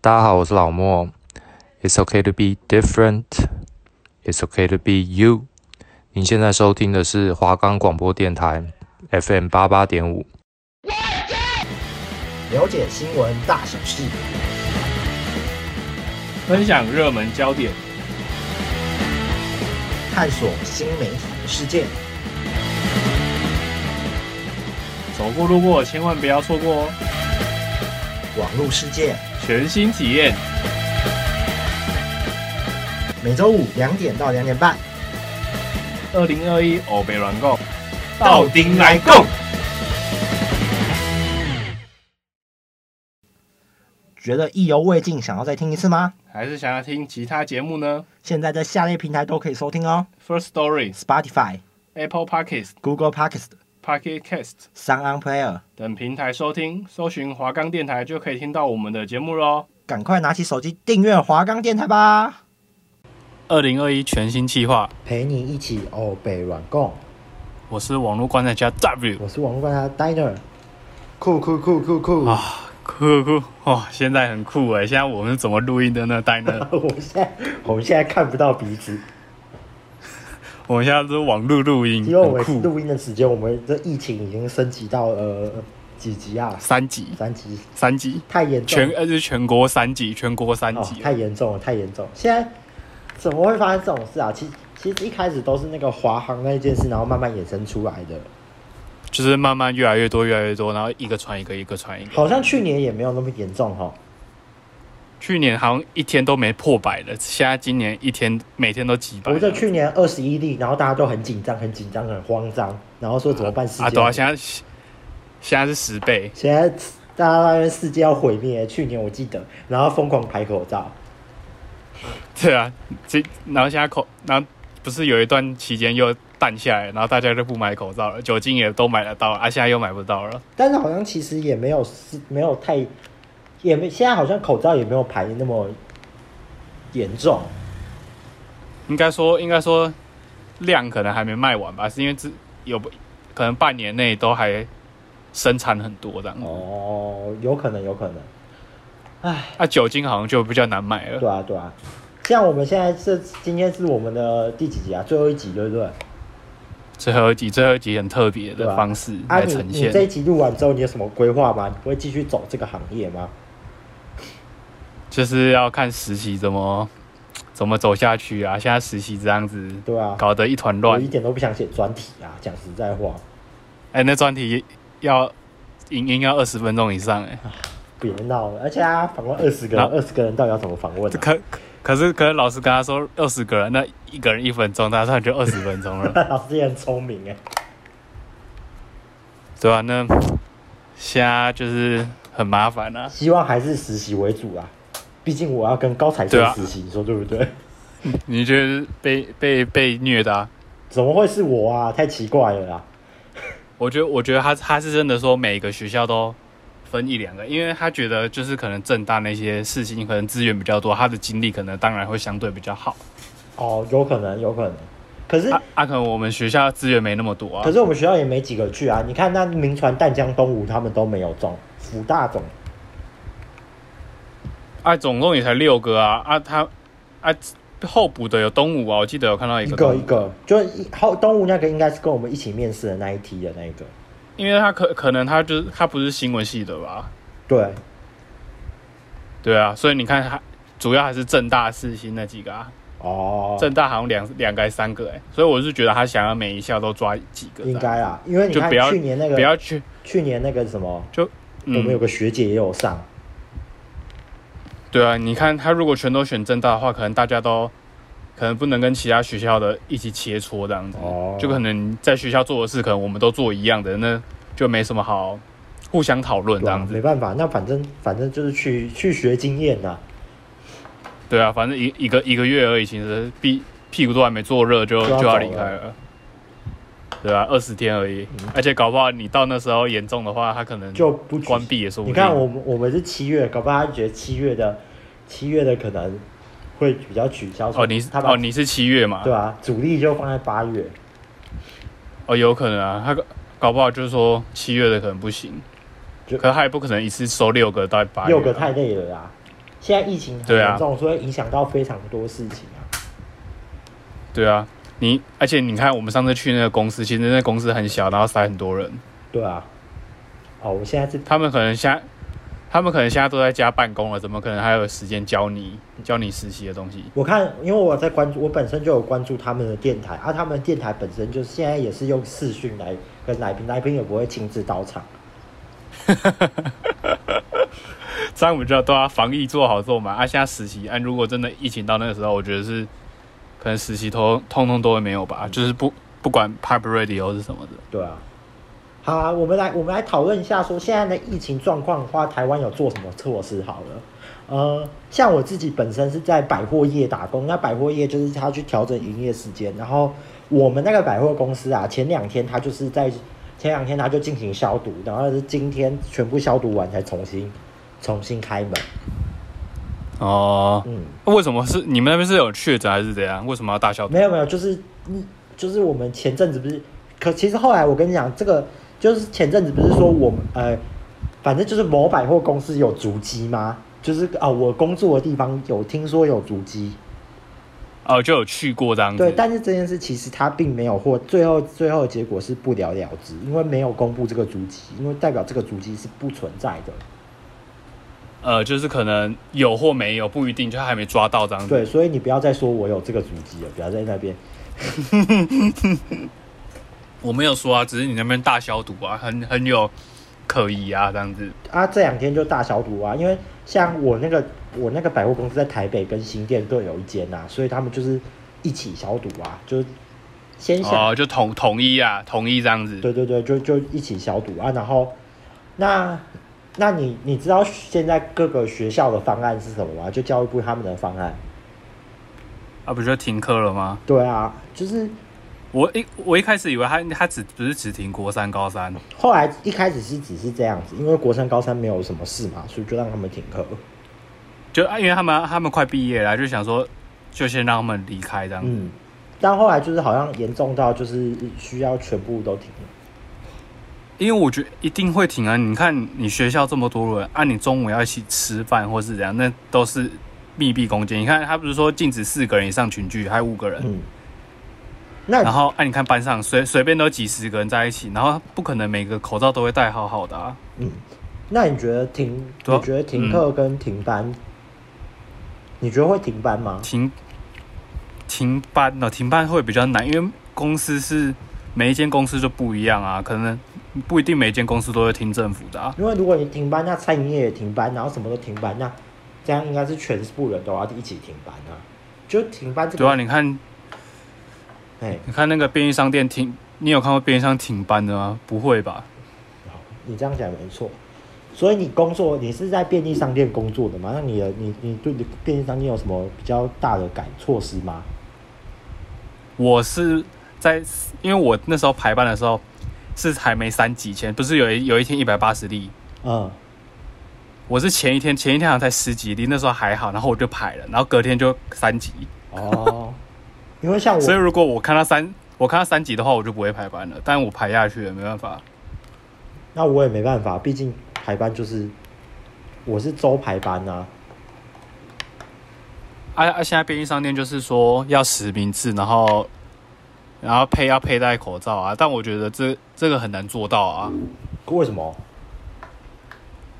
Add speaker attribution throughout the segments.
Speaker 1: 大家好，我是老莫。It's okay to be different. It's okay to be you. 您现在收听的是华冈广播电台 FM 八八点五。
Speaker 2: 了解新闻大小事，
Speaker 3: 分享热门焦点，
Speaker 2: 探索新媒体的世界。
Speaker 3: 走过路过千万不要错过哦！
Speaker 2: 网络世界，
Speaker 3: 全新体验，
Speaker 2: 每周五两点到两点半，
Speaker 3: 二零二一欧北软购，
Speaker 2: 到
Speaker 3: 顶来购。
Speaker 2: 觉得意犹未尽，想要再听一次吗？
Speaker 3: 还是想要听其他节目呢
Speaker 2: 现在在下列平台都可以收听哦
Speaker 3: ？First Story、
Speaker 2: ：Spotify、
Speaker 3: Apple Podcast、
Speaker 2: Google Podcast、
Speaker 3: Pocket Cast
Speaker 2: Sound On Player。
Speaker 3: 等平台收听，搜寻华冈电台就可以听到我们的节目哦喽。
Speaker 2: 赶快拿起手机订阅华冈电台吧，
Speaker 3: 二零二一全新计划，
Speaker 2: 陪你一起欧北软共。
Speaker 3: 我是网络观察家 W
Speaker 2: 我是网络观察 Diner，酷酷酷酷酷！？
Speaker 3: 啊，酷酷酷哇！现在很酷哎，现在我们是怎么录音的呢？戴呢
Speaker 2: 我们现在我们现在看不到彼此，
Speaker 3: 我们现在是网络录音，
Speaker 2: 因为我
Speaker 3: 很
Speaker 2: 们
Speaker 3: 酷，
Speaker 2: 录音的时间，我们这疫情已经升级到呃几级啊？
Speaker 3: 三级，
Speaker 2: 三级，
Speaker 3: 三级，
Speaker 2: 太严重了
Speaker 3: 全呃是全国三级，全国三
Speaker 2: 哦
Speaker 3: 级，，
Speaker 2: 太严重了，太严重了！现在怎么会发生这种事啊？其其实一开始都是那个华航那一件事，然后慢慢衍生出来的。
Speaker 3: 就是慢慢越来越多，越来越多，然后一个传一个，一个传一个。
Speaker 2: 好像去年也没有那么严重
Speaker 3: 啊
Speaker 2: 哈。
Speaker 3: 去年好像一天都没破百了，现在今年一天每天都几百
Speaker 2: 我
Speaker 3: 了。
Speaker 2: 记得去年二十一例，然后大家都很紧张，很紧张，很慌张，然后说怎么办？世界、
Speaker 3: 啊，对啊，现在现在是十倍，
Speaker 2: 现在大家那边世界要毁灭。去年我记得，然后疯狂排口罩，
Speaker 3: 对啊，这然后现在口，然后不是有一段期间又淡下来，然后大家就不买口罩了，酒精也都买得到了，啊，现在又买不到了。
Speaker 2: 但是好像其实也没有是没有太，也没现在好像口罩也没有排那么严重。
Speaker 3: 应该说，应该说量可能还没卖完吧，是因为这有可能半年内都还生产很多这样。
Speaker 2: 哦，有可能，有可能。唉，
Speaker 3: 那、啊酒精好像就比较难买了。
Speaker 2: 对啊，对啊。像我们现在这今天是我们的第几集啊？最后一集，对不对？
Speaker 3: 最后一集，最后一集很特别
Speaker 2: 对
Speaker 3: 的
Speaker 2: 啊
Speaker 3: 方式
Speaker 2: 啊，
Speaker 3: 来
Speaker 2: 你
Speaker 3: 呈
Speaker 2: 你
Speaker 3: 现。
Speaker 2: 这一集录完之后，你有什么规划吗？你会继续走这个行业吗？
Speaker 3: 就是要看实习怎么怎么走下去啊！现在实习这样子，
Speaker 2: 对啊，
Speaker 3: 搞得一团
Speaker 2: 我
Speaker 3: 乱
Speaker 2: 一。点都不想写专题啊，讲实在话，
Speaker 3: 哎、那专题要影音要二十分钟以上哎、
Speaker 2: 别闹了。而且他访问二十个人，
Speaker 3: 那
Speaker 2: 二十个人到底要怎么访问、啊？
Speaker 3: 可可是可是老师跟他说二十个人，那一个人一分钟，他算就二十分钟 了，
Speaker 2: 啊 老师也很聪明哎，
Speaker 3: 对吧、那现在就是很麻烦啊。
Speaker 2: 希望还是实习为主啊，毕竟我要跟高材生
Speaker 3: 对啊
Speaker 2: 实习，你说对不对？
Speaker 3: 你觉得被被被虐的、啊？
Speaker 2: 怎么会是我啊？太奇怪了啦！
Speaker 3: 我觉得，我觉得他他是真的说每个学校都分一两个，因为他觉得就是可能正大那些事情可能资源比较多，他的精力可能当然会相对比较好。
Speaker 2: 哦，有可能，有可能。可是
Speaker 3: 啊啊，可能我们学校资源没那么多啊
Speaker 2: 可。是我们学校也没几个去啊！你看那名传、淡江、东吴他们都没有中，福大中，
Speaker 3: 啊，总共也才六个啊啊，他啊后补的有东吴啊，我记得有看到一
Speaker 2: 一
Speaker 3: 个
Speaker 2: 个
Speaker 3: 东
Speaker 2: 一
Speaker 3: 吴，
Speaker 2: 个，就是一后东吴那个应该是跟我们一起面试的那一批的那一个，
Speaker 3: 因为他可可能他就是他不是新闻系的吧？
Speaker 2: 对，
Speaker 3: 对啊，所以你看他主要还是正大四新那几个啊，
Speaker 2: 哦，
Speaker 3: 正大好像两两个还是三个哎、所以我是觉得他想要每一校都抓几个这样，
Speaker 2: 应该啦，因为你
Speaker 3: 就
Speaker 2: 看
Speaker 3: 不要
Speaker 2: 去年那
Speaker 3: 不要
Speaker 2: 个
Speaker 3: 去，
Speaker 2: 去年那个什么，
Speaker 3: 嗯、
Speaker 2: 我们有个学姐也有上，
Speaker 3: 对啊，你看他如果全都选正大的话，可能大家都可能不能跟其他学校的一起切磋这样子，
Speaker 2: 哦
Speaker 3: 就可能在学校做的事，可能我们都做一样的，那就没什么好互相讨论这
Speaker 2: 对
Speaker 3: 样
Speaker 2: 啊，
Speaker 3: 子。
Speaker 2: 没办法，那反正反正就是去去学经验啊呐，
Speaker 3: 对啊，反正一一个一个月而已，其实屁屁股都还没坐热就
Speaker 2: 就要
Speaker 3: 就要
Speaker 2: 走
Speaker 3: 离开
Speaker 2: 了
Speaker 3: 了。对啊，二十天而已，而且搞不好你到那时候严重的话，他可能
Speaker 2: 嗯就不
Speaker 3: 关闭也说不
Speaker 2: 你
Speaker 3: 定。
Speaker 2: 看我们我们是七月，搞不好他觉得七月的七月的可能会比较取消，
Speaker 3: 哦，你是
Speaker 2: 他把
Speaker 3: 哦你是七月嘛？
Speaker 2: 对啊，主力就放在八月。
Speaker 3: 哦，有可能啊，他搞搞不好就是说七月的可能不行，
Speaker 2: 就
Speaker 3: 可他也不可能一次收六个到八月啊、
Speaker 2: 六个太累了啦。现在疫情很
Speaker 3: 对啊
Speaker 2: 严重，所以影响到非常多事情啊。
Speaker 3: 对啊，你而且你看，我们上次去那个公司，其实那公司很小，然后塞很多人，
Speaker 2: 对啊，哦，我现在是
Speaker 3: 他们可能现在，他们可能现在都在家办公了，怎么可能还有时间教你教你实习的东西？
Speaker 2: 我看，因为我在关注，我本身就有关注他们的电台啊，他们电台本身就是现在也是用视讯来跟来宾，来宾也不会亲自到场。
Speaker 3: 这样我们就要对啊，防疫做好做满啊。现在实习，啊，如果真的疫情到那个时候，我觉得是可能实习通通通都会没有吧，就是不不管 Pipe Radio 是什么的。
Speaker 2: 对啊，好啊，我们来我们来讨论一下，说现在的疫情状况的话，台湾有做什么措施好了？呃，像我自己本身是在百货业打工，那百货业就是他去调整营业时间，然后我们那个百货公司啊，前两天他就是在前两天他就进行消毒，然后是今天全部消毒完才重新重新开门，
Speaker 3: 哦、
Speaker 2: 嗯。
Speaker 3: 为什么是你们那边是有确诊还是怎样？为什么要大消毒？
Speaker 2: 没有没有，就是嗯，就是我们前阵子不是，可其实后来我跟你讲，这个就是前阵子不是说我们呃，反正就是某百货公司有足迹吗？就是啊、我工作的地方有听说有足迹，
Speaker 3: 哦，就有去过这样子。
Speaker 2: 对，但是这件事其实它并没有获，最后最后的结果是不了了之，因为没有公布这个足迹，因为代表这个足迹是不存在的。
Speaker 3: 呃，就是可能有或没有不一定，就还没抓到这样子。
Speaker 2: 对，所以你不要再说我有这个足迹了，不要在那边
Speaker 3: 我没有说啊，只是你那边大消毒啊，很很有可疑啊，这样子。
Speaker 2: 啊，这两天就大消毒啊，因为像我那个我那个百货公司在台北跟新店各有一间呐、所以他们就是一起消毒啊，就是先消，
Speaker 3: 哦，就统统一啊，统一这样子。
Speaker 2: 对对对，就就一起消毒啊，然后那那你你知道现在各个学校的方案是什么吗？就教育部他们的方案，
Speaker 3: 啊，不就停课了吗？
Speaker 2: 对啊，就是
Speaker 3: 我一我一开始以为他他只不是只停国三、高三，
Speaker 2: 后来一开始是只是这样子，因为国三高三没有什么事嘛，所以就让他们停课。
Speaker 3: 就啊，因为他们他们快毕业了啊，就想说就先让他们离开这样子。
Speaker 2: 嗯，但后来就是好像严重到就是需要全部都停了。
Speaker 3: 因为我觉得一定会停啊！你看你学校这么多人，啊，你中午要一起吃饭或是怎样，那都是密闭空间。你看他不是说禁止四个人以上群聚，还有五个人，
Speaker 2: 嗯，那
Speaker 3: 然后啊，你看班上随随便都几十个人在一起，然后不可能每个口罩都会戴好好的啊。
Speaker 2: 嗯，那你觉得停？
Speaker 3: 对啊
Speaker 2: 你觉得停课跟停班，你觉得会停班吗？
Speaker 3: 停停班呢、停班会比较难，因为公司是每一间公司就不一样啊，可能不一定每一间公司都会听政府的啊。
Speaker 2: 因为如果你停班，那餐饮业也停班，然后什么都停班，那这样应该是全部人都要一起停班啊。就停班这
Speaker 3: 对啊，
Speaker 2: 个，
Speaker 3: 你看
Speaker 2: 哎、
Speaker 3: 你看那个便利商店停，你有看过便利商停班的吗？不会吧？
Speaker 2: 好你这样讲没错。所以你工作，你是在便利商店工作的吗？那你的你你对你便利商店有什么比较大的改措施吗？
Speaker 3: 我是在，因为我那时候排班的时候是还没三级前，不是有一有一天一百八十例，
Speaker 2: 嗯，
Speaker 3: 我是前一天前一天好像才十几例，那时候还好，然后我就排了，然后隔天就三级，
Speaker 2: 哦， 因为像我
Speaker 3: 所以如果我看到三我看到三级的话，我就不会排班了，但我排下去了，没办法。
Speaker 2: 那我也没办法，毕竟排班就是我是周排班啊。
Speaker 3: 啊啊！现在便利商店就是说要实名制，然后然后配要佩戴口罩啊，但我觉得这这个很难做到啊，
Speaker 2: 为什么？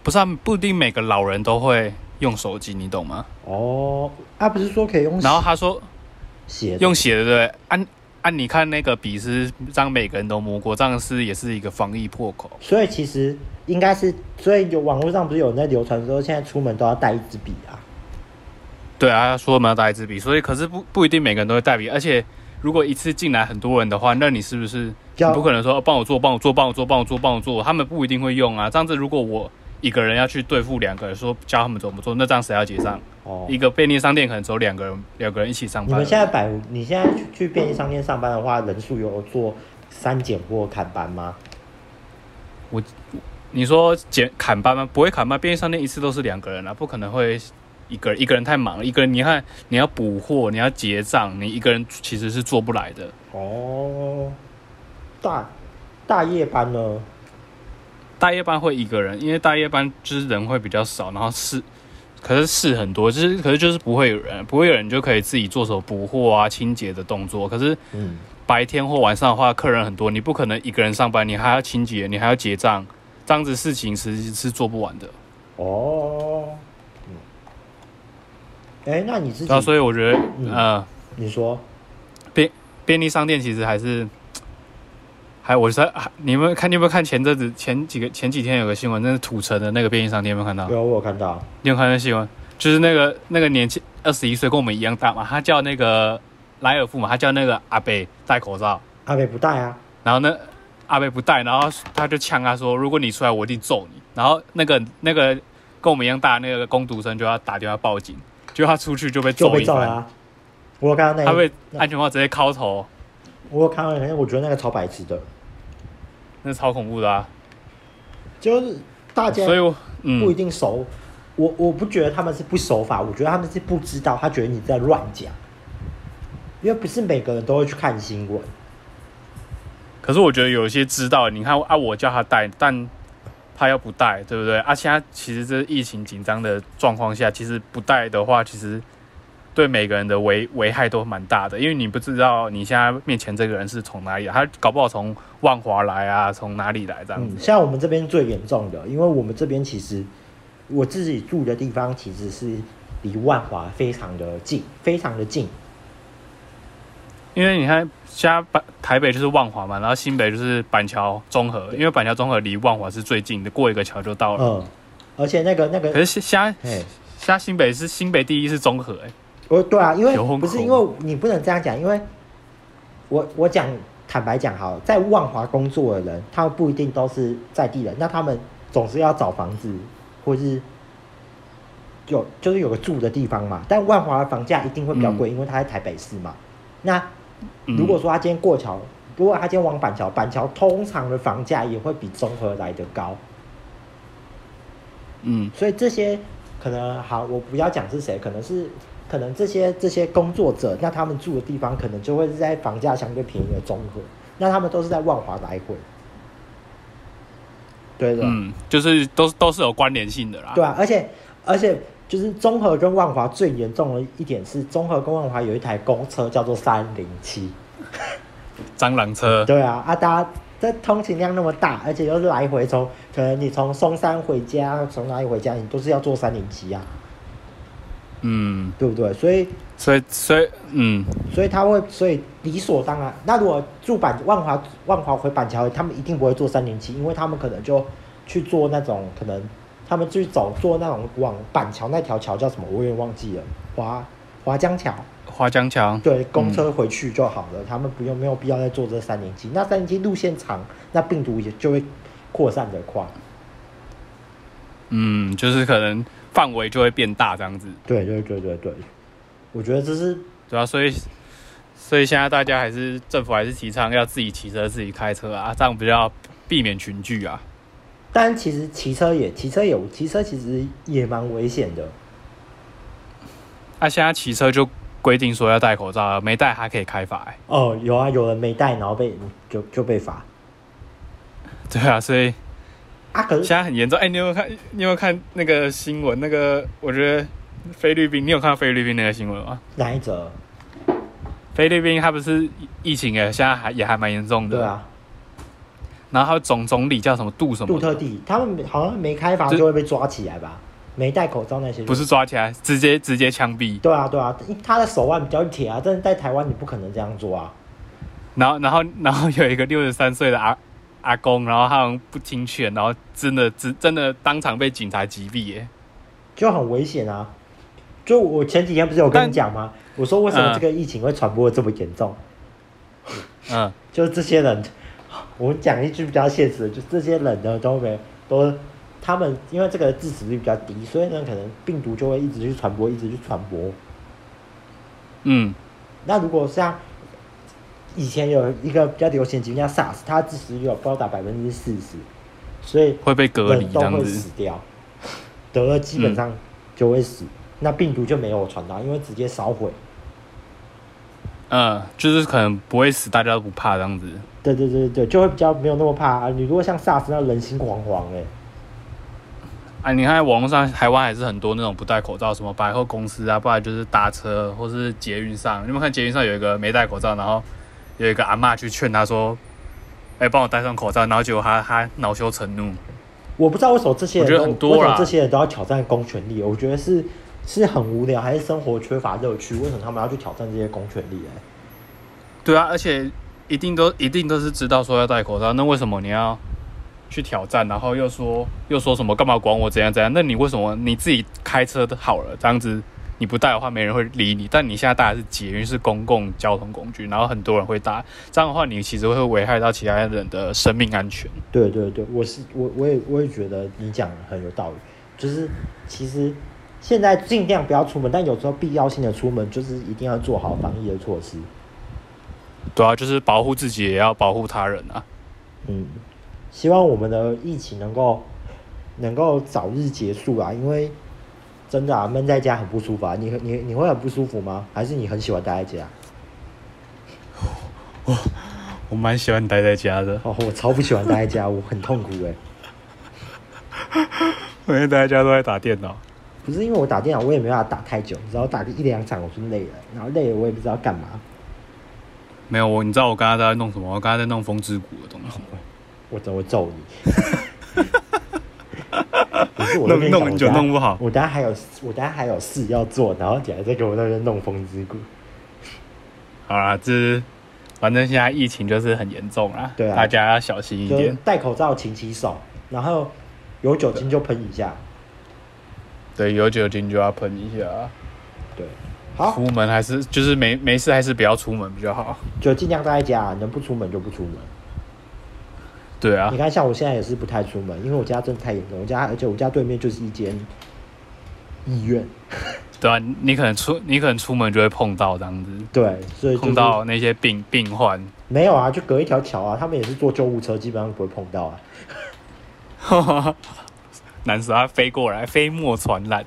Speaker 3: 不是、啊、不一定每个老人都会用手机，你懂吗？
Speaker 2: 哦，啊，不是说可以用
Speaker 3: 然后他说
Speaker 2: 写
Speaker 3: 用写的对不对，按、按、你看那个笔是让每个人都摸过，这样是也是一个防疫破口。
Speaker 2: 所以其实应该是，所以有网络上不是有人在流传说现在出门都要带一支笔啊？
Speaker 3: 对啊，他说我们要带一支笔，所以可是不不一定每个人都会带笔，而且如果一次进来很多人的话，那你是不是你
Speaker 2: 要
Speaker 3: 不可能说哦帮我做，帮我做，帮我做，帮我做，帮我做，他们不一定会用啊。这样子，如果我一个人要去对付两个人，说教他们怎么做，那这样谁要结账？
Speaker 2: 哦，
Speaker 3: 一个便利商店可能只有两个人，两个人一起上
Speaker 2: 你
Speaker 3: 班
Speaker 2: 们。现在百，你现在去去便利商店上班的话，人数有做删减或砍班吗？
Speaker 3: 你说减砍班吗？不会砍班，便利商店一次都是两个人啊，不可能会一个人一个人太忙了，一个人你看你要补货，你要结账，你一个人其实是做不来的。
Speaker 2: 哦，大大夜班呢？
Speaker 3: 大夜班会一个人，因为大夜班就是人会比较少，然后是可是事很多，就是可是就是不会有人，不会有人就可以自己做手补货啊、清洁的动作。可是
Speaker 2: 嗯，
Speaker 3: 白天或晚上的话，客人很多，你不可能一个人上班，你还要清洁，你还要结账，这样子事情其实是做不完的。
Speaker 2: 哦，嗯，哎，那你自己，
Speaker 3: 那、啊、所以我觉得，
Speaker 2: 嗯
Speaker 3: 呃，
Speaker 2: 你说，
Speaker 3: 便利商店其实还是，还我是还你们看你有没有看前阵子前几个前几天有个新闻，那是土城的那个便利商店，有没有看到？
Speaker 2: 有我有看到，
Speaker 3: 你有看那新闻？就是那个那个年轻二十一岁跟我们一样大嘛，他叫那个莱尔富嘛，他叫那个阿贝戴口罩，
Speaker 2: 阿北不戴啊，
Speaker 3: 然后呢阿贝不戴，然后他就呛他说，如果你出来，我一定揍你。然后那个那个跟我们一样大的那个工读生就要打电话报警，结果他出去就被
Speaker 2: 就
Speaker 3: 揍
Speaker 2: 被
Speaker 3: 一
Speaker 2: 照
Speaker 3: 番，
Speaker 2: 了啊。我有看到那
Speaker 3: 他
Speaker 2: 一，
Speaker 3: 被安全帽直接敲头，
Speaker 2: 我有看到那一，我觉得那个超白痴的，
Speaker 3: 那超恐怖的啊！
Speaker 2: 就是大家
Speaker 3: 所以我
Speaker 2: 不一
Speaker 3: 嗯，
Speaker 2: 定熟，我我不觉得他们是不守法，我觉得他们是不知道，他觉得你在乱讲，因为不是每个人都会去看新闻。
Speaker 3: 可是我觉得有一些知道，你看啊，我叫他戴，但他要不戴，对不对？啊，现在其实这疫情紧张的状况下，其实不戴的话，其实对每个人的危危害都蛮大的，因为你不知道你现在面前这个人是从哪里来，他搞不好从万华来啊，从哪里来这样
Speaker 2: 嗯，
Speaker 3: 子。
Speaker 2: 像我们这边最严重的，因为我们这边其实我自己住的地方其实是离万华非常的近，非常的近。
Speaker 3: 因为你看，现在板台北就是万华嘛，然后新北就是板桥综合，因为板桥综合离万华是最近的，过一个桥就到了。
Speaker 2: 嗯，而且那个那
Speaker 3: 哦可
Speaker 2: 个，
Speaker 3: 是现现在
Speaker 2: 嘿，
Speaker 3: 现在新北是新北第一是综合、欸，
Speaker 2: 我对啊，因为
Speaker 3: 有空
Speaker 2: 不是
Speaker 3: 口
Speaker 2: 因为你不能这样讲，因为我我讲坦白讲好了，在万华工作的人，他们不一定都是在地人，那他们总是要找房子或是有就是有个住的地方嘛。但万华的房价一定会比较贵，因为它在台北市嘛。那
Speaker 3: 嗯
Speaker 2: 如果说他今天过桥，如果他今天往板桥，板桥通常的房价也会比综合来的高。
Speaker 3: 嗯，
Speaker 2: 所以这些可能好，我不要讲是谁，可能是可能这些这些工作者，那他们住的地方可能就会是在房价相对便宜的综合，那他们都是在万华来回。对的，啊
Speaker 3: 嗯，就是都都是有关联性的啦。
Speaker 2: 对啊，而且而且就是综合跟万华最严重的一点是，综合跟万华有一台公车叫做三零七。
Speaker 3: 蟑螂车，
Speaker 2: 对啊，啊，大家这通勤量那么大，而且又是来回从，可能你从松山回家，从哪里回家，你都是要坐三零七啊，
Speaker 3: 嗯，
Speaker 2: 对不对？所以
Speaker 3: 所以所以嗯，
Speaker 2: 所以他会，所以理所当然。那如果住板万华万华回板桥，他们一定不会坐三零七，因为他们可能就去坐那种可能他们去走坐那种往板桥那条桥叫什么，我有点忘记了，华华江桥。
Speaker 3: 花江桥，
Speaker 2: 对，公车回去就好了，他们不用没有必要再坐这三零七。那三零七路线长，那病毒也就会扩散的快。
Speaker 3: 嗯，就是可能范围就会变大这样子，
Speaker 2: 对对对对对，我觉得这是
Speaker 3: 对啊，所以所以现在大家还是政府还是提倡要自己骑车、自己开车啊，这样比较避免群聚啊。
Speaker 2: 但其实骑车也骑车也骑车其实也蛮危险的。
Speaker 3: 啊，现在骑车就规定说要戴口罩啊，没戴还可以开罚、欸。
Speaker 2: 哦，有啊，有人没带，然后被就就被罚
Speaker 3: 对啊，所以
Speaker 2: 啊。可是
Speaker 3: 现在很严重。哎、你有没有看？你有没有看那个新闻？那个我觉得菲律宾，你有看到菲律宾那个新闻吗？
Speaker 2: 哪一则？
Speaker 3: 菲律宾它不是疫情哎，现在还也还蛮严重的。
Speaker 2: 对。啊，
Speaker 3: 然后还有总总理叫什么杜什
Speaker 2: 杜
Speaker 3: 么的，
Speaker 2: 特地他们好像没开罚
Speaker 3: 这
Speaker 2: 就会被抓起来吧？没戴口罩那些就
Speaker 3: 不是？抓起来，直接直接枪毙。
Speaker 2: 对啊对啊，他的手腕比较铁啊，但是在台湾你不可能这样做啊。
Speaker 3: 然后然后 然后有一个六十三岁的阿阿公，然后他好像不听劝，然后真的真真的当场被警察击毙耶。
Speaker 2: 就很危险啊！就我前几天不是有跟
Speaker 3: 但
Speaker 2: 你讲吗？我说为什么
Speaker 3: 嗯
Speaker 2: 这个疫情会传播的这么严重？
Speaker 3: 嗯，
Speaker 2: 就是这些人， 我讲一句比较现实的，就这些人呢都没都他们因为这个致死率比较低，所以呢可能病毒就会一直去传播，一直去传播。
Speaker 3: 嗯，
Speaker 2: 那如果像以前有一个比较流行的疾病叫 SARS，它的致死率有高达百分之四十，所以
Speaker 3: 会被隔离
Speaker 2: 人
Speaker 3: 这
Speaker 2: 都
Speaker 3: 样
Speaker 2: 会
Speaker 3: 子
Speaker 2: 死。掉，得了基本上就会死，那病毒就没有传到，因为直接烧毁。
Speaker 3: 嗯，就是可能不会死，大家都不怕这样子。
Speaker 2: 对欸对对对，就会比较没有那么怕、啊。你如果像 SARS 那人心惶惶哎、
Speaker 3: 啊，你看网络上台湾还是很多那种不戴口罩，什么百货公司啊，不然就是搭车或是捷运上。你有没有看捷运上有一个没戴口罩，然后有一个阿嬷去劝他说：“哎、帮我戴上口罩。”然后结果他他恼羞成怒。
Speaker 2: 我不知道为什么这些人都
Speaker 3: 我觉得很多啦
Speaker 2: 为什么这些人都要挑战公权力？我觉得是是很无聊，还是生活缺乏乐趣？为什么他们要去挑战这些公权力、欸？
Speaker 3: 对啊，而且一定都一定都是知道说要戴口罩，那为什么你要去挑战，然后又说又说什么干嘛管我怎样怎样？那你为什么你自己开车的好了，这样子你不戴的话没人会理你，但你现在搭的是捷运是公共交通工具，然后很多人会搭，这样的话你其实会危害到其他人的生命安全。
Speaker 2: 对对对，我是我我也我也觉得你讲的很有道理，就是其实现在尽量不要出门，但有时候必要性的出门就是一定要做好防疫的措施。
Speaker 3: 对啊，就是保护自己也要保护他人啊。
Speaker 2: 嗯，希望我们的疫情能够能够早日结束啊，因为真的啊，闷在家很不舒服啊。你你你会很不舒服吗？还是你很喜欢待在家？
Speaker 3: 我蛮喜欢待在家的，
Speaker 2: 哦，我超不喜欢待在家，我 很痛苦哎、
Speaker 3: 每天待在家都在打电脑。
Speaker 2: 不是因为我打电脑，我也没办法打太久，只要打个一两场我就累了，然后累了我也不知道干嘛。
Speaker 3: 没有我，你知道我刚刚在弄什么？我刚刚在弄风之谷的东西。
Speaker 2: 我怎么会揍你？ 不是我都
Speaker 3: 弄
Speaker 2: 跟你讲
Speaker 3: 弄很久
Speaker 2: 我等下
Speaker 3: 弄不好
Speaker 2: 我等下还有我等下还有事要做，然后姐还在给我那边弄风之谷。
Speaker 3: 好啦，这反正现在疫情就是很严重啦，
Speaker 2: 对啊
Speaker 3: 大家要小心一
Speaker 2: 就是
Speaker 3: 点。
Speaker 2: 戴口罩、勤洗手，然后有酒精就喷一下。
Speaker 3: 对，有酒精就要喷一下。
Speaker 2: 对，好，
Speaker 3: 出门还是就是没没事，还是不要出门比较好。
Speaker 2: 就尽量待在家，能不出门就不出门。
Speaker 3: 对啊
Speaker 2: 你，看，像我现在也是不太出门，因为我家真的太严重。我家而且我家对面就是一间医院，
Speaker 3: 对啊，你你可能出你可能出门就会碰到这样子，
Speaker 2: 对，所以、就是、
Speaker 3: 碰到那些病病患。
Speaker 2: 没有啊，就隔一条桥啊，他们也是坐救护车，基本上不会碰到啊。
Speaker 3: 难死他飞过来，飞沫传染。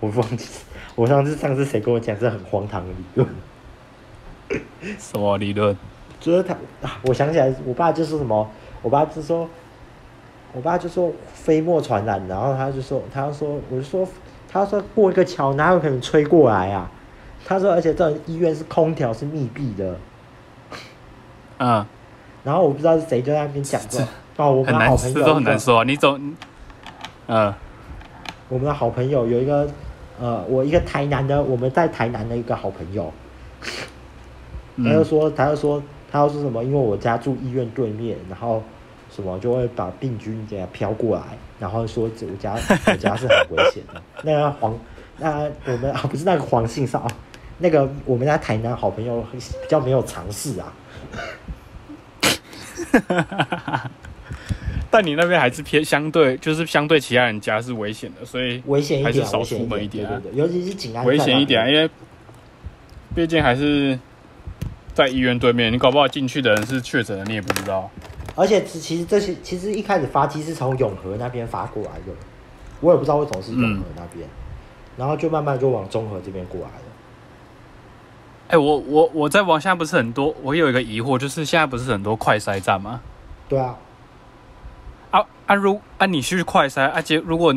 Speaker 2: 我忘记，我上次上次谁跟我讲这很荒唐的理论，
Speaker 3: 什么理论？
Speaker 2: 就是他啊，我想起来，我爸就说什么，我爸就说，我爸就说飞沫传染，然后他就说，他就说，我就说，他说过一个桥哪有可能吹过来啊？他说，而且这种医院是空调是密闭的，
Speaker 3: 嗯，
Speaker 2: 然后我不知道是谁就在那边讲 说，哦，我们
Speaker 3: 很
Speaker 2: 的
Speaker 3: 难，
Speaker 2: 好朋
Speaker 3: 这
Speaker 2: 友
Speaker 3: 都很
Speaker 2: 一个
Speaker 3: 难说啊。你总，嗯，
Speaker 2: 我们的好朋友有一个，呃，我一个台南的，我们在台南的一个好朋友，他就
Speaker 3: 嗯
Speaker 2: 说，他就说，他要说什么？因为我家住医院对面，然后什么就会把病菌给它飘过来，然后说我家我家是很危险 的。那个黄，那我们啊不是那个黄信少，那个我们家台南好朋友比较没有尝试啊。
Speaker 3: 但你那边还是偏相对，就是相对其他人家是危险的，所以
Speaker 2: 危险一
Speaker 3: 还是
Speaker 2: 点啊，
Speaker 3: 少
Speaker 2: 危险
Speaker 3: 出门一
Speaker 2: 点，
Speaker 3: 点啊
Speaker 2: 对对对，尤其是警安
Speaker 3: 危险一点、啊，
Speaker 2: 站
Speaker 3: 因为毕竟还是在医院对面，你搞不好进去的人是确诊的，你也不知道。
Speaker 2: 那边而且其其实这些其实一开始发机是从永和那边发过来的，我也不知道为什么是永和那边，然后就慢慢就往中和这边过来了。
Speaker 3: 哎、我我我在网下不是很多，我有一个疑惑，就是现在不是很多快筛站吗？
Speaker 2: 对啊，
Speaker 3: 啊啊如啊你去快筛啊，结如果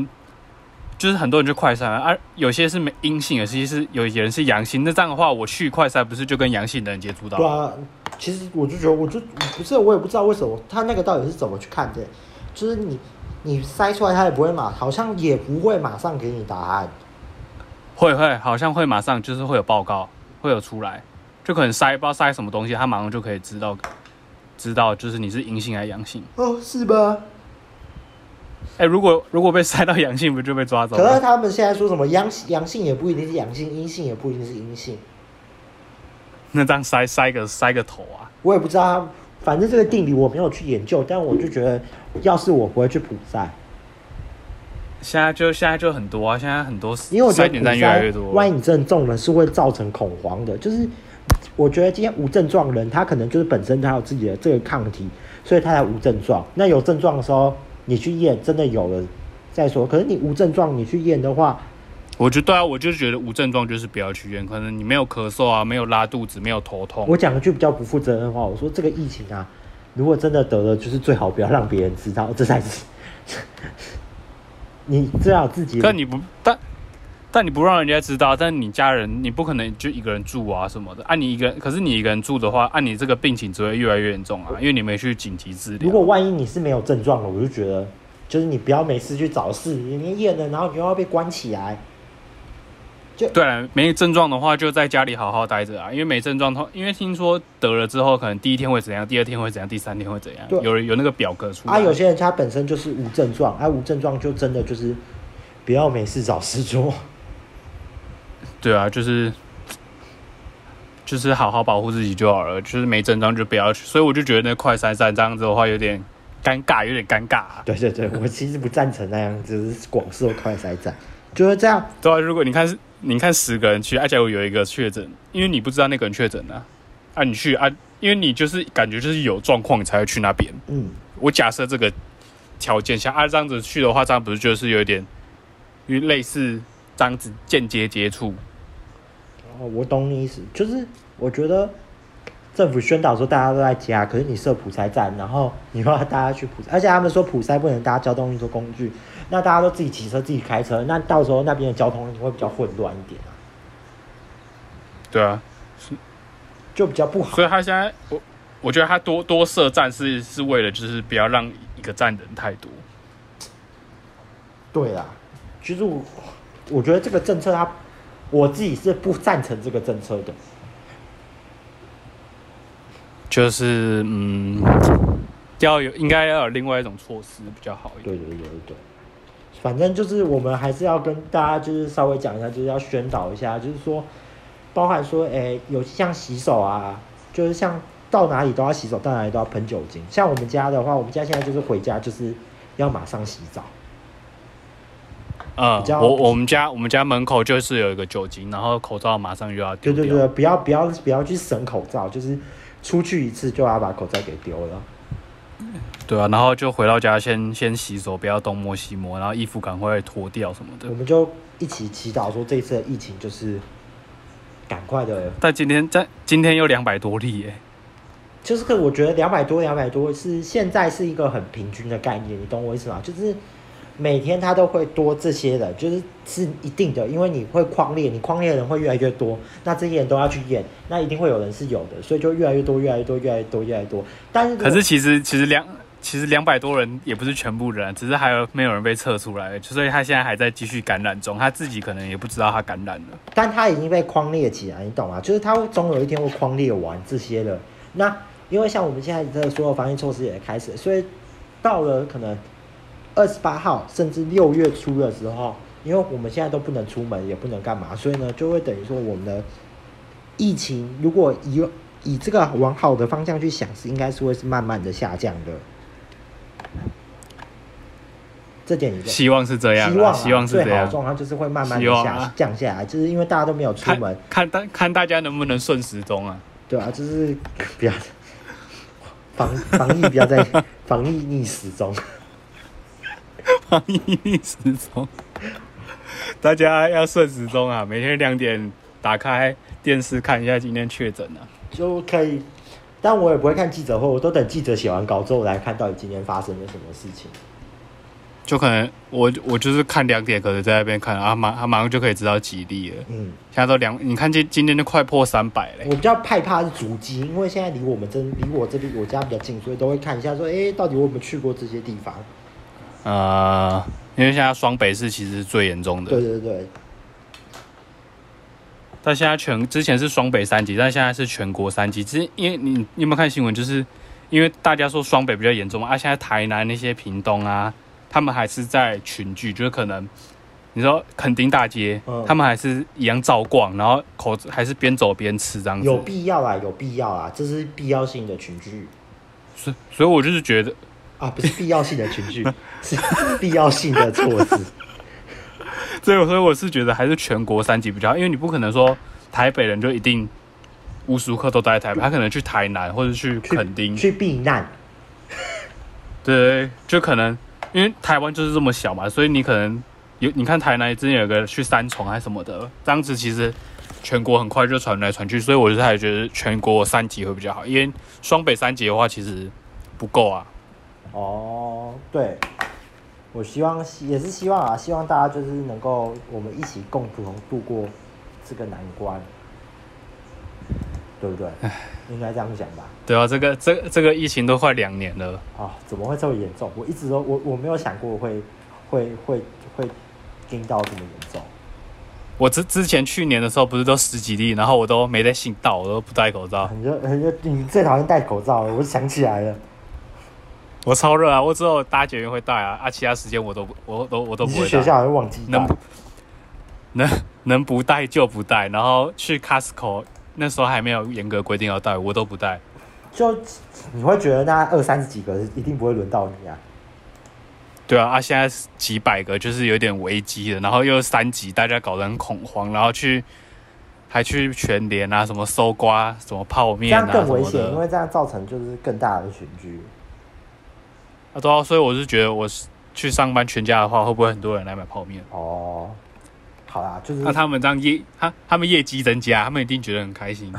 Speaker 3: 就是很多人去快筛啊，啊有些是没阴性，有些是有些人是阳性，那这样的话我去快筛不是就跟阳性的人接触到？
Speaker 2: 对啊，其实我就觉得，我就不是我也不知道为什么他那个到底是怎么去看的，就是你你筛出来他也不会马，好像也不会马上给你答案。
Speaker 3: 会会，好像会马上就是会有报告，会有出来，就可能筛不知道筛什么东西，他马上就可以知道，知道就是你是阴性还是阳性。
Speaker 2: 哦，是吗？
Speaker 3: 哎、如果如果被筛到阳性，不就被抓走
Speaker 2: 可是
Speaker 3: 了？
Speaker 2: 他们现在说什么阳阳性也不一定是阳性，阴性也不一定是阴性，
Speaker 3: 那这样筛筛个筛个头啊！
Speaker 2: 我也不知道他。反正这个定理我没有去研究，但我就觉得，要是我不会去普筛，
Speaker 3: 现在就现在就很多啊，现在很多
Speaker 2: 因为我觉
Speaker 3: 筛
Speaker 2: 得
Speaker 3: 点
Speaker 2: 普
Speaker 3: 站越来越
Speaker 2: 筛，
Speaker 3: 多
Speaker 2: 万一
Speaker 3: 了。
Speaker 2: 你真的中了，是会造成恐慌的。就是我觉得今天无症状的人，他可能就是本身他有自己的这个抗体，所以他才无症状。那有症状的时候，你去验真的有了再说。可是你无症状，你去验的话，
Speaker 3: 我觉得对啊，我就觉得无症状就是不要去医院，可能你没有咳嗽啊，没有拉肚子，没有头痛
Speaker 2: 我。讲一句比较不负责任的话，我说这个疫情啊，如果真的得了，就是最好不要让别人知道，这才是 你最好自己
Speaker 3: 可你不，但但你不让人家知道，但你家人你不可能就一个人住啊什么的。按、你一个人，可是你一个人住的话，按、你这个病情只会越来越严重啊，因为你没去紧急治疗。
Speaker 2: 如果万一你是没有症状的，我就觉得，就是你不要没事去找事，你验了，然后你又要被关起来。
Speaker 3: 对啊，没症状的话，就在家里好好待着啊，因啊为没症状，通因为听说得了之后，可能第一天会怎样，第二天会怎样，第三天会怎样
Speaker 2: 对，
Speaker 3: 啊有人有那个表格出来。
Speaker 2: 啊，有些人他本身就是无症状，啊，无症状就真的就是不要没事找事做。
Speaker 3: 对啊，就是就是好好保护自己就好了，就是没症状就不要去。所以我就觉得那快筛站这样子的话，有点尴尬，有点尴尬、啊。
Speaker 2: 对对对，我其实不赞成那样，只是广受快筛站，就是这样。
Speaker 3: 对啊，如果你看是，你看十个人去，而、啊、假如有一个确诊，因为你不知道那个人确诊啊，啊你去啊，因为你就是感觉就是有状况你才会去那边。
Speaker 2: 嗯，
Speaker 3: 我假设这个条件下，啊这样子去的话，这样不是就是有点，因为类似这样子间接接触，
Speaker 2: 哦，我懂你意思，就是我觉得政府宣导说大家都在家，可是你设普筛站，然后你又要大家去普筛，而且他们说普筛不能搭交通运输工具，那大家都自己骑车、自己开车，那到时候那边的交通会比较混乱一点啊，
Speaker 3: 对啊，
Speaker 2: 就比较不好。
Speaker 3: 所以他现在我我觉得他多多设站是是为了就是不要让一个站人太多，
Speaker 2: 对啦，其实我我觉得这个政策它，我自己是不赞成这个政策的。
Speaker 3: 就是嗯，要有应该要有另外一种措施比较好一点。
Speaker 2: 对对对对对，反正就是我们还是要跟大家就是稍微讲一下，就是要宣导一下，就是说，包含说，诶，有像洗手啊，就是像到哪里都要洗手，到哪里都要喷酒精。像我们家的话，我们家现在就是回家就是要马上洗澡。
Speaker 3: 嗯
Speaker 2: 比，较
Speaker 3: 我我们家我们家门口就是有一个酒精，然后口罩马上又要丢
Speaker 2: 对
Speaker 3: 掉。
Speaker 2: 对对，不要不要不要去省口罩，就是出去一次就要把口罩给丢了。
Speaker 3: 对啊，然后就回到家先先洗手，不要东摸西摸，然后衣服赶快脱掉什么的
Speaker 2: 我。们就一起祈祷说，这一次的疫情就是赶快的
Speaker 3: 但今天在今天又两百多例耶，
Speaker 2: 就是可我觉得两百多两百多是现在是一个很平均的概念，你懂我意思吗？就是每天它都会多这些人，就是是一定的，因为你会框列，你框列的人会越来越多，那这些人都要去验，那一定会有人是有的，所以就越来越多越来越多越来越多越来越多。但是
Speaker 3: 可是其实其实两其实两百多人也不是全部人，啊只是还有没有人被测出来，所以他现在还在继续感染中，他自己可能也不知道他感染了。
Speaker 2: 但它已经被框列起来，你懂吗？就是它会总有一天会框列完这些了。那因为像我们现在的所有防疫措施也开始，所以到了可能二十八号甚至六月初的时候，因为我们现在都不能出门，也不能干嘛，所以呢，就会等于说我们的疫情如果以以这个往好的方向去想，是应该是会是慢慢的下降的。这点你
Speaker 3: 希望是这样
Speaker 2: 希
Speaker 3: 啦，
Speaker 2: 望、啊、
Speaker 3: 希望是这
Speaker 2: 最好
Speaker 3: 样
Speaker 2: 的。状况就是会慢慢的
Speaker 3: 希望
Speaker 2: 下、
Speaker 3: 啊
Speaker 2: 降下来，就是因为大家都没有出
Speaker 3: 看
Speaker 2: 门，
Speaker 3: 看大看大家能不能顺时钟啊？
Speaker 2: 对啊，就是 不要防防疫，不要 在防疫逆时钟。
Speaker 3: 防疫逆时钟，大家要顺时钟啊！每天两点打开电视看一下今天确诊啊。
Speaker 2: 就可以，但我也不会看记者会，我都等记者写完稿之后我来看到底今天发生了什么事情。
Speaker 3: 就可能我我就是看两点，可能在那边看啊，马他马上就可以知道几例了。
Speaker 2: 嗯，
Speaker 3: 现在都两，你看今今天就快破三百嘞
Speaker 2: 我。比较害怕是足迹，因为现在离我们真离我这里我家比较近，所以都会看一下说，哎、到底我有没有去过这些地方？
Speaker 3: 呃，因为现在双北市其实是最严重
Speaker 2: 对对
Speaker 3: 的，
Speaker 2: 对，
Speaker 3: 但现在全之前是双北三级，但现在是全国三级。之前因为你你有没有看新闻？就是因为大家说双北比较严重嘛，啊，现在台南那些屏东啊，他们还是在群聚，就是可能你说垦丁大街，
Speaker 2: 嗯
Speaker 3: 他们还是一样照逛，然后口还是边走边吃这样子。
Speaker 2: 有必要啦，有必要啦，这是必要性的群聚
Speaker 3: 所以所以我就是觉得，
Speaker 2: 啊，不是必要性的群聚， 是必要性的措施。
Speaker 3: 所以所以我是觉得还是全国三级比较好，因为你不可能说台北人就一定无时无刻都待在台北，他可能去台南或者去
Speaker 2: 去
Speaker 3: 垦丁，
Speaker 2: 去避难，
Speaker 3: 对，就可能因为台湾就是这么小嘛，所以你可能有你看台南之前有个去三重啊还是什么的，当时其实全国很快就传来传去，所以我就是还觉得全国三级会比较好，因为双北三级的话其实不够啊，
Speaker 2: 哦，对，我希望也是希望啊，希望大家就是能够我们一起共同度过这个难关，对不对？应该这样讲吧。
Speaker 3: 对啊，这个这个这个疫情都快两年了，
Speaker 2: 啊，怎么会这么严重？我一直都我我没有想过会会会会盯到这么严重。
Speaker 3: 我之之前去年的时候不是都十几例，然后我都没在信道，我都不戴口罩，
Speaker 2: 你就你就你最讨厌戴口罩了，我想起来了，
Speaker 3: 我超热啊，我只有搭捷运会戴啊，啊，其他时间我都不我都我都
Speaker 2: 你
Speaker 3: 不
Speaker 2: 去
Speaker 3: 会
Speaker 2: 学
Speaker 3: 戴，啊
Speaker 2: 校还会忘记戴
Speaker 3: 能。不能能不戴就不戴，然后去 Costco 那时候还没有严格规定要戴，我都不戴。
Speaker 2: 就你会觉得那二三十几个一定不会轮到你啊。
Speaker 3: 对啊，啊，现在几百个就是有点危机了，然后又三级，大家搞得很恐慌，然后去还去全联啊，什么搜刮，什么泡
Speaker 2: 这
Speaker 3: 面
Speaker 2: 样
Speaker 3: 啊什
Speaker 2: 更危
Speaker 3: 么
Speaker 2: 险，因
Speaker 3: 的，
Speaker 2: 为这样造成就是更大的群聚。
Speaker 3: 啊，对啊，所以我是觉得我是去上班全家的话，会不会很多人来买泡面？
Speaker 2: 哦，好啦，就是
Speaker 3: 那、他们这样业，他他们业绩增加，他们一定觉得很 开心。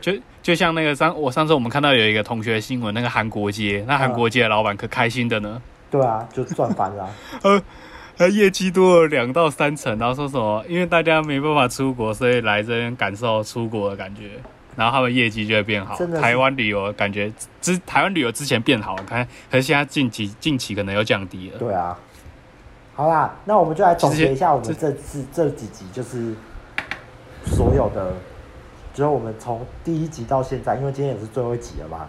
Speaker 3: 就就像那个上我上次我们看到有一个同学新闻，那个韩国街，那韩国街的老板可开心的呢，
Speaker 2: 对啊，就赚翻 啦、
Speaker 3: 他业绩多了两到三成，然后说什么？因为大家没办法出国，所以来这边感受出国的感觉，然后他们业绩就会变好
Speaker 2: 真的。是
Speaker 3: 台湾旅游感觉之台湾旅游之前变好，看，可是现在近期近期可能又降低了。
Speaker 2: 对啊。好啦，那我们就来总结一下我
Speaker 3: 其
Speaker 2: 们
Speaker 3: 实
Speaker 2: 这 次这几集，就是所有的，就是我们从第一集到现在，因为今天也是最后一集了嘛。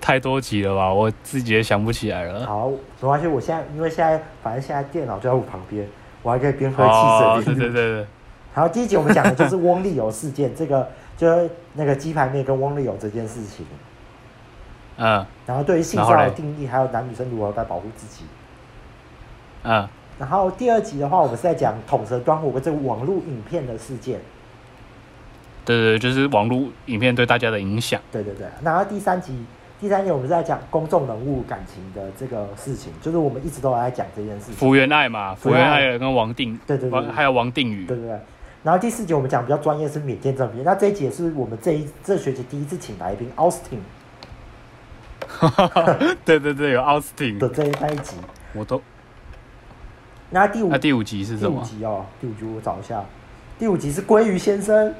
Speaker 3: 太多集了吧，我自己也想不起来了。
Speaker 2: 好，没关系，我现在因为现在反正现在电脑就在我旁边，我还可以边喝
Speaker 3: 哦，
Speaker 2: 汽水
Speaker 3: 对
Speaker 2: 边录
Speaker 3: 对对对，
Speaker 2: 好，第一集我们讲的就是翁立友事件，这个 就是那个鸡排妹跟翁立友这件事情，
Speaker 3: 嗯
Speaker 2: 然后对于性
Speaker 3: 然
Speaker 2: 骚
Speaker 3: 后
Speaker 2: 扰的
Speaker 3: 嘞
Speaker 2: 定义，还有男女生如何该保护自己。
Speaker 3: 嗯，
Speaker 2: 然后第二集的话，我们是在讲统蛇端午跟这个网络影片的事件。
Speaker 3: 对对，对就是网络影片对大家的影响。
Speaker 2: 对对对，然后第三集，第三集我们是在讲公众人物感情的这个事情，就是我们一直都有在讲这件事情。
Speaker 3: 福原爱嘛，
Speaker 2: 福
Speaker 3: 福
Speaker 2: 原
Speaker 3: 原
Speaker 2: 爱
Speaker 3: 爱跟王定，
Speaker 2: 啊对对对
Speaker 3: 王还有王定宇
Speaker 2: 对，对对。然后第四集我们讲比较专业是缅甸政变，那这一集也是我们这一这学期第一次请来宾 Austin
Speaker 3: 对对对，有奥斯汀
Speaker 2: 的，这一那一集。
Speaker 3: 我都。
Speaker 2: 那第五
Speaker 3: 那第五集是
Speaker 2: 第
Speaker 3: 什
Speaker 2: 五
Speaker 3: 么？
Speaker 2: 集哦，第五集我找一下，第五集是鲑鱼先生，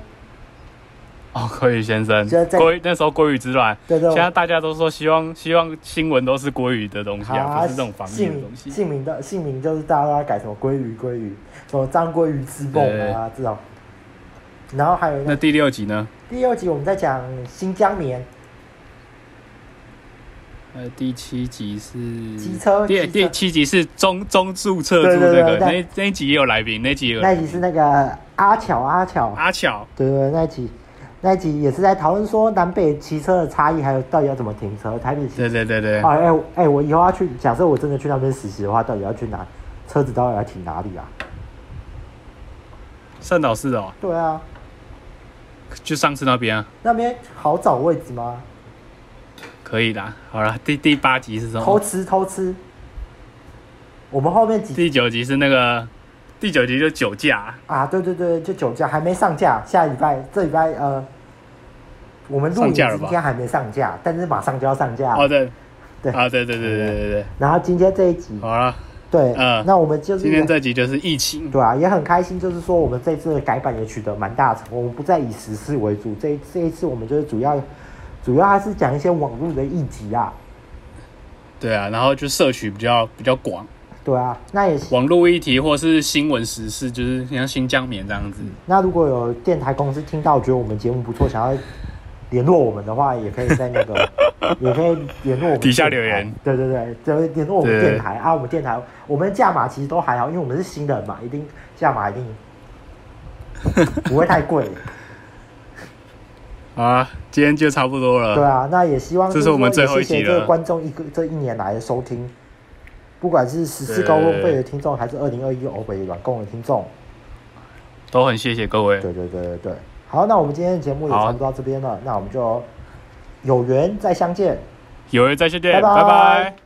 Speaker 3: 哦，鲑鱼先生，
Speaker 2: 现在在
Speaker 3: 鲑那时候鲑鱼之乱，
Speaker 2: 对对
Speaker 3: 现在大家都说希望希望新闻都是鲑鱼的东西
Speaker 2: 好
Speaker 3: 啊，
Speaker 2: 啊
Speaker 3: 不是这种防疫的
Speaker 2: 姓
Speaker 3: 东西。
Speaker 2: 姓名的姓名就是大家都要改什么鲑鱼鲑鱼，什么张鲑鱼之梦啊这种。然后还有一
Speaker 3: 那
Speaker 2: 个
Speaker 3: 第六集呢？
Speaker 2: 第六集我们在讲新疆棉，
Speaker 3: 呃，第七集是
Speaker 2: 机车
Speaker 3: 第
Speaker 2: 机车
Speaker 3: 第七集是中中注册住
Speaker 2: 对对
Speaker 3: 那
Speaker 2: 对
Speaker 3: 个
Speaker 2: 对
Speaker 3: 那那一集也有来宾，那一集也有
Speaker 2: 那
Speaker 3: 来
Speaker 2: 一集是那个阿巧阿巧，
Speaker 3: 阿巧，
Speaker 2: 对对对那一集那一集也是在讨论说南北骑车的差异，还有到底要怎么停车，台北骑
Speaker 3: 对对对对，
Speaker 2: 啊哎我哎我以后要去，假设我真的去那边实习的话，到底要去哪？车子到底要停哪里啊？
Speaker 3: 圣岛市哦，
Speaker 2: 对啊，
Speaker 3: 就上次那边啊，
Speaker 2: 那边好找位置吗？
Speaker 3: 可以啦。好啦，第第八集是什
Speaker 2: 偷
Speaker 3: 么？
Speaker 2: 吃偷吃。我们后面几
Speaker 3: 第九集是那个第九集就酒驾，
Speaker 2: 啊，对对对，就酒驾还没上架，下礼拜这礼拜呃，我们录影
Speaker 3: 上架了吧
Speaker 2: 今天还没上架，但是马上就要上架。
Speaker 3: 哦对，
Speaker 2: 对
Speaker 3: 啊对对对对对对对，
Speaker 2: 然后今天这一集，
Speaker 3: 好了，
Speaker 2: 对，
Speaker 3: 嗯
Speaker 2: 那我们就是
Speaker 3: 哦今天这集就是疫情。
Speaker 2: 对啊，也很开心，就是说我们这次的改版也取得蛮大的成功，我们不再以时事为主，这一这一次我们就是主要主要还是讲一些网络的议题啊，
Speaker 3: 对啊，然后就摄取比较比较广，
Speaker 2: 对啊，那也
Speaker 3: 网络议题或是新闻时事，就是像新疆棉这样子。
Speaker 2: 那如果有电台公司听到觉得我们节目不错，想要联络我们的话，也可以在那 个，也可以联络我们
Speaker 3: 底下
Speaker 2: 电台
Speaker 3: 留言。
Speaker 2: 对对对，就是联络我们
Speaker 3: 对
Speaker 2: 电台啊，我们电台，我们价码其实都还好，因为我们是新人嘛，一定价码一定不会太贵。
Speaker 3: 好啊，今天就差不多了。
Speaker 2: 对啊，那也希望
Speaker 3: 这是
Speaker 2: 就
Speaker 3: 我们
Speaker 2: 说也
Speaker 3: 最后一
Speaker 2: 谢谢
Speaker 3: 集
Speaker 2: 这个
Speaker 3: 了
Speaker 2: 观众一个这一年来的收听，不管是十四高峰费的听众，还是二零二一欧北软共的听众，
Speaker 3: 都很谢谢各位。
Speaker 2: 对对对对对。好，那我们今天的节目也
Speaker 3: 好
Speaker 2: 差不多到这边了，那我们就有缘再相见。
Speaker 3: 有人在线见，
Speaker 2: 拜拜
Speaker 3: 拜拜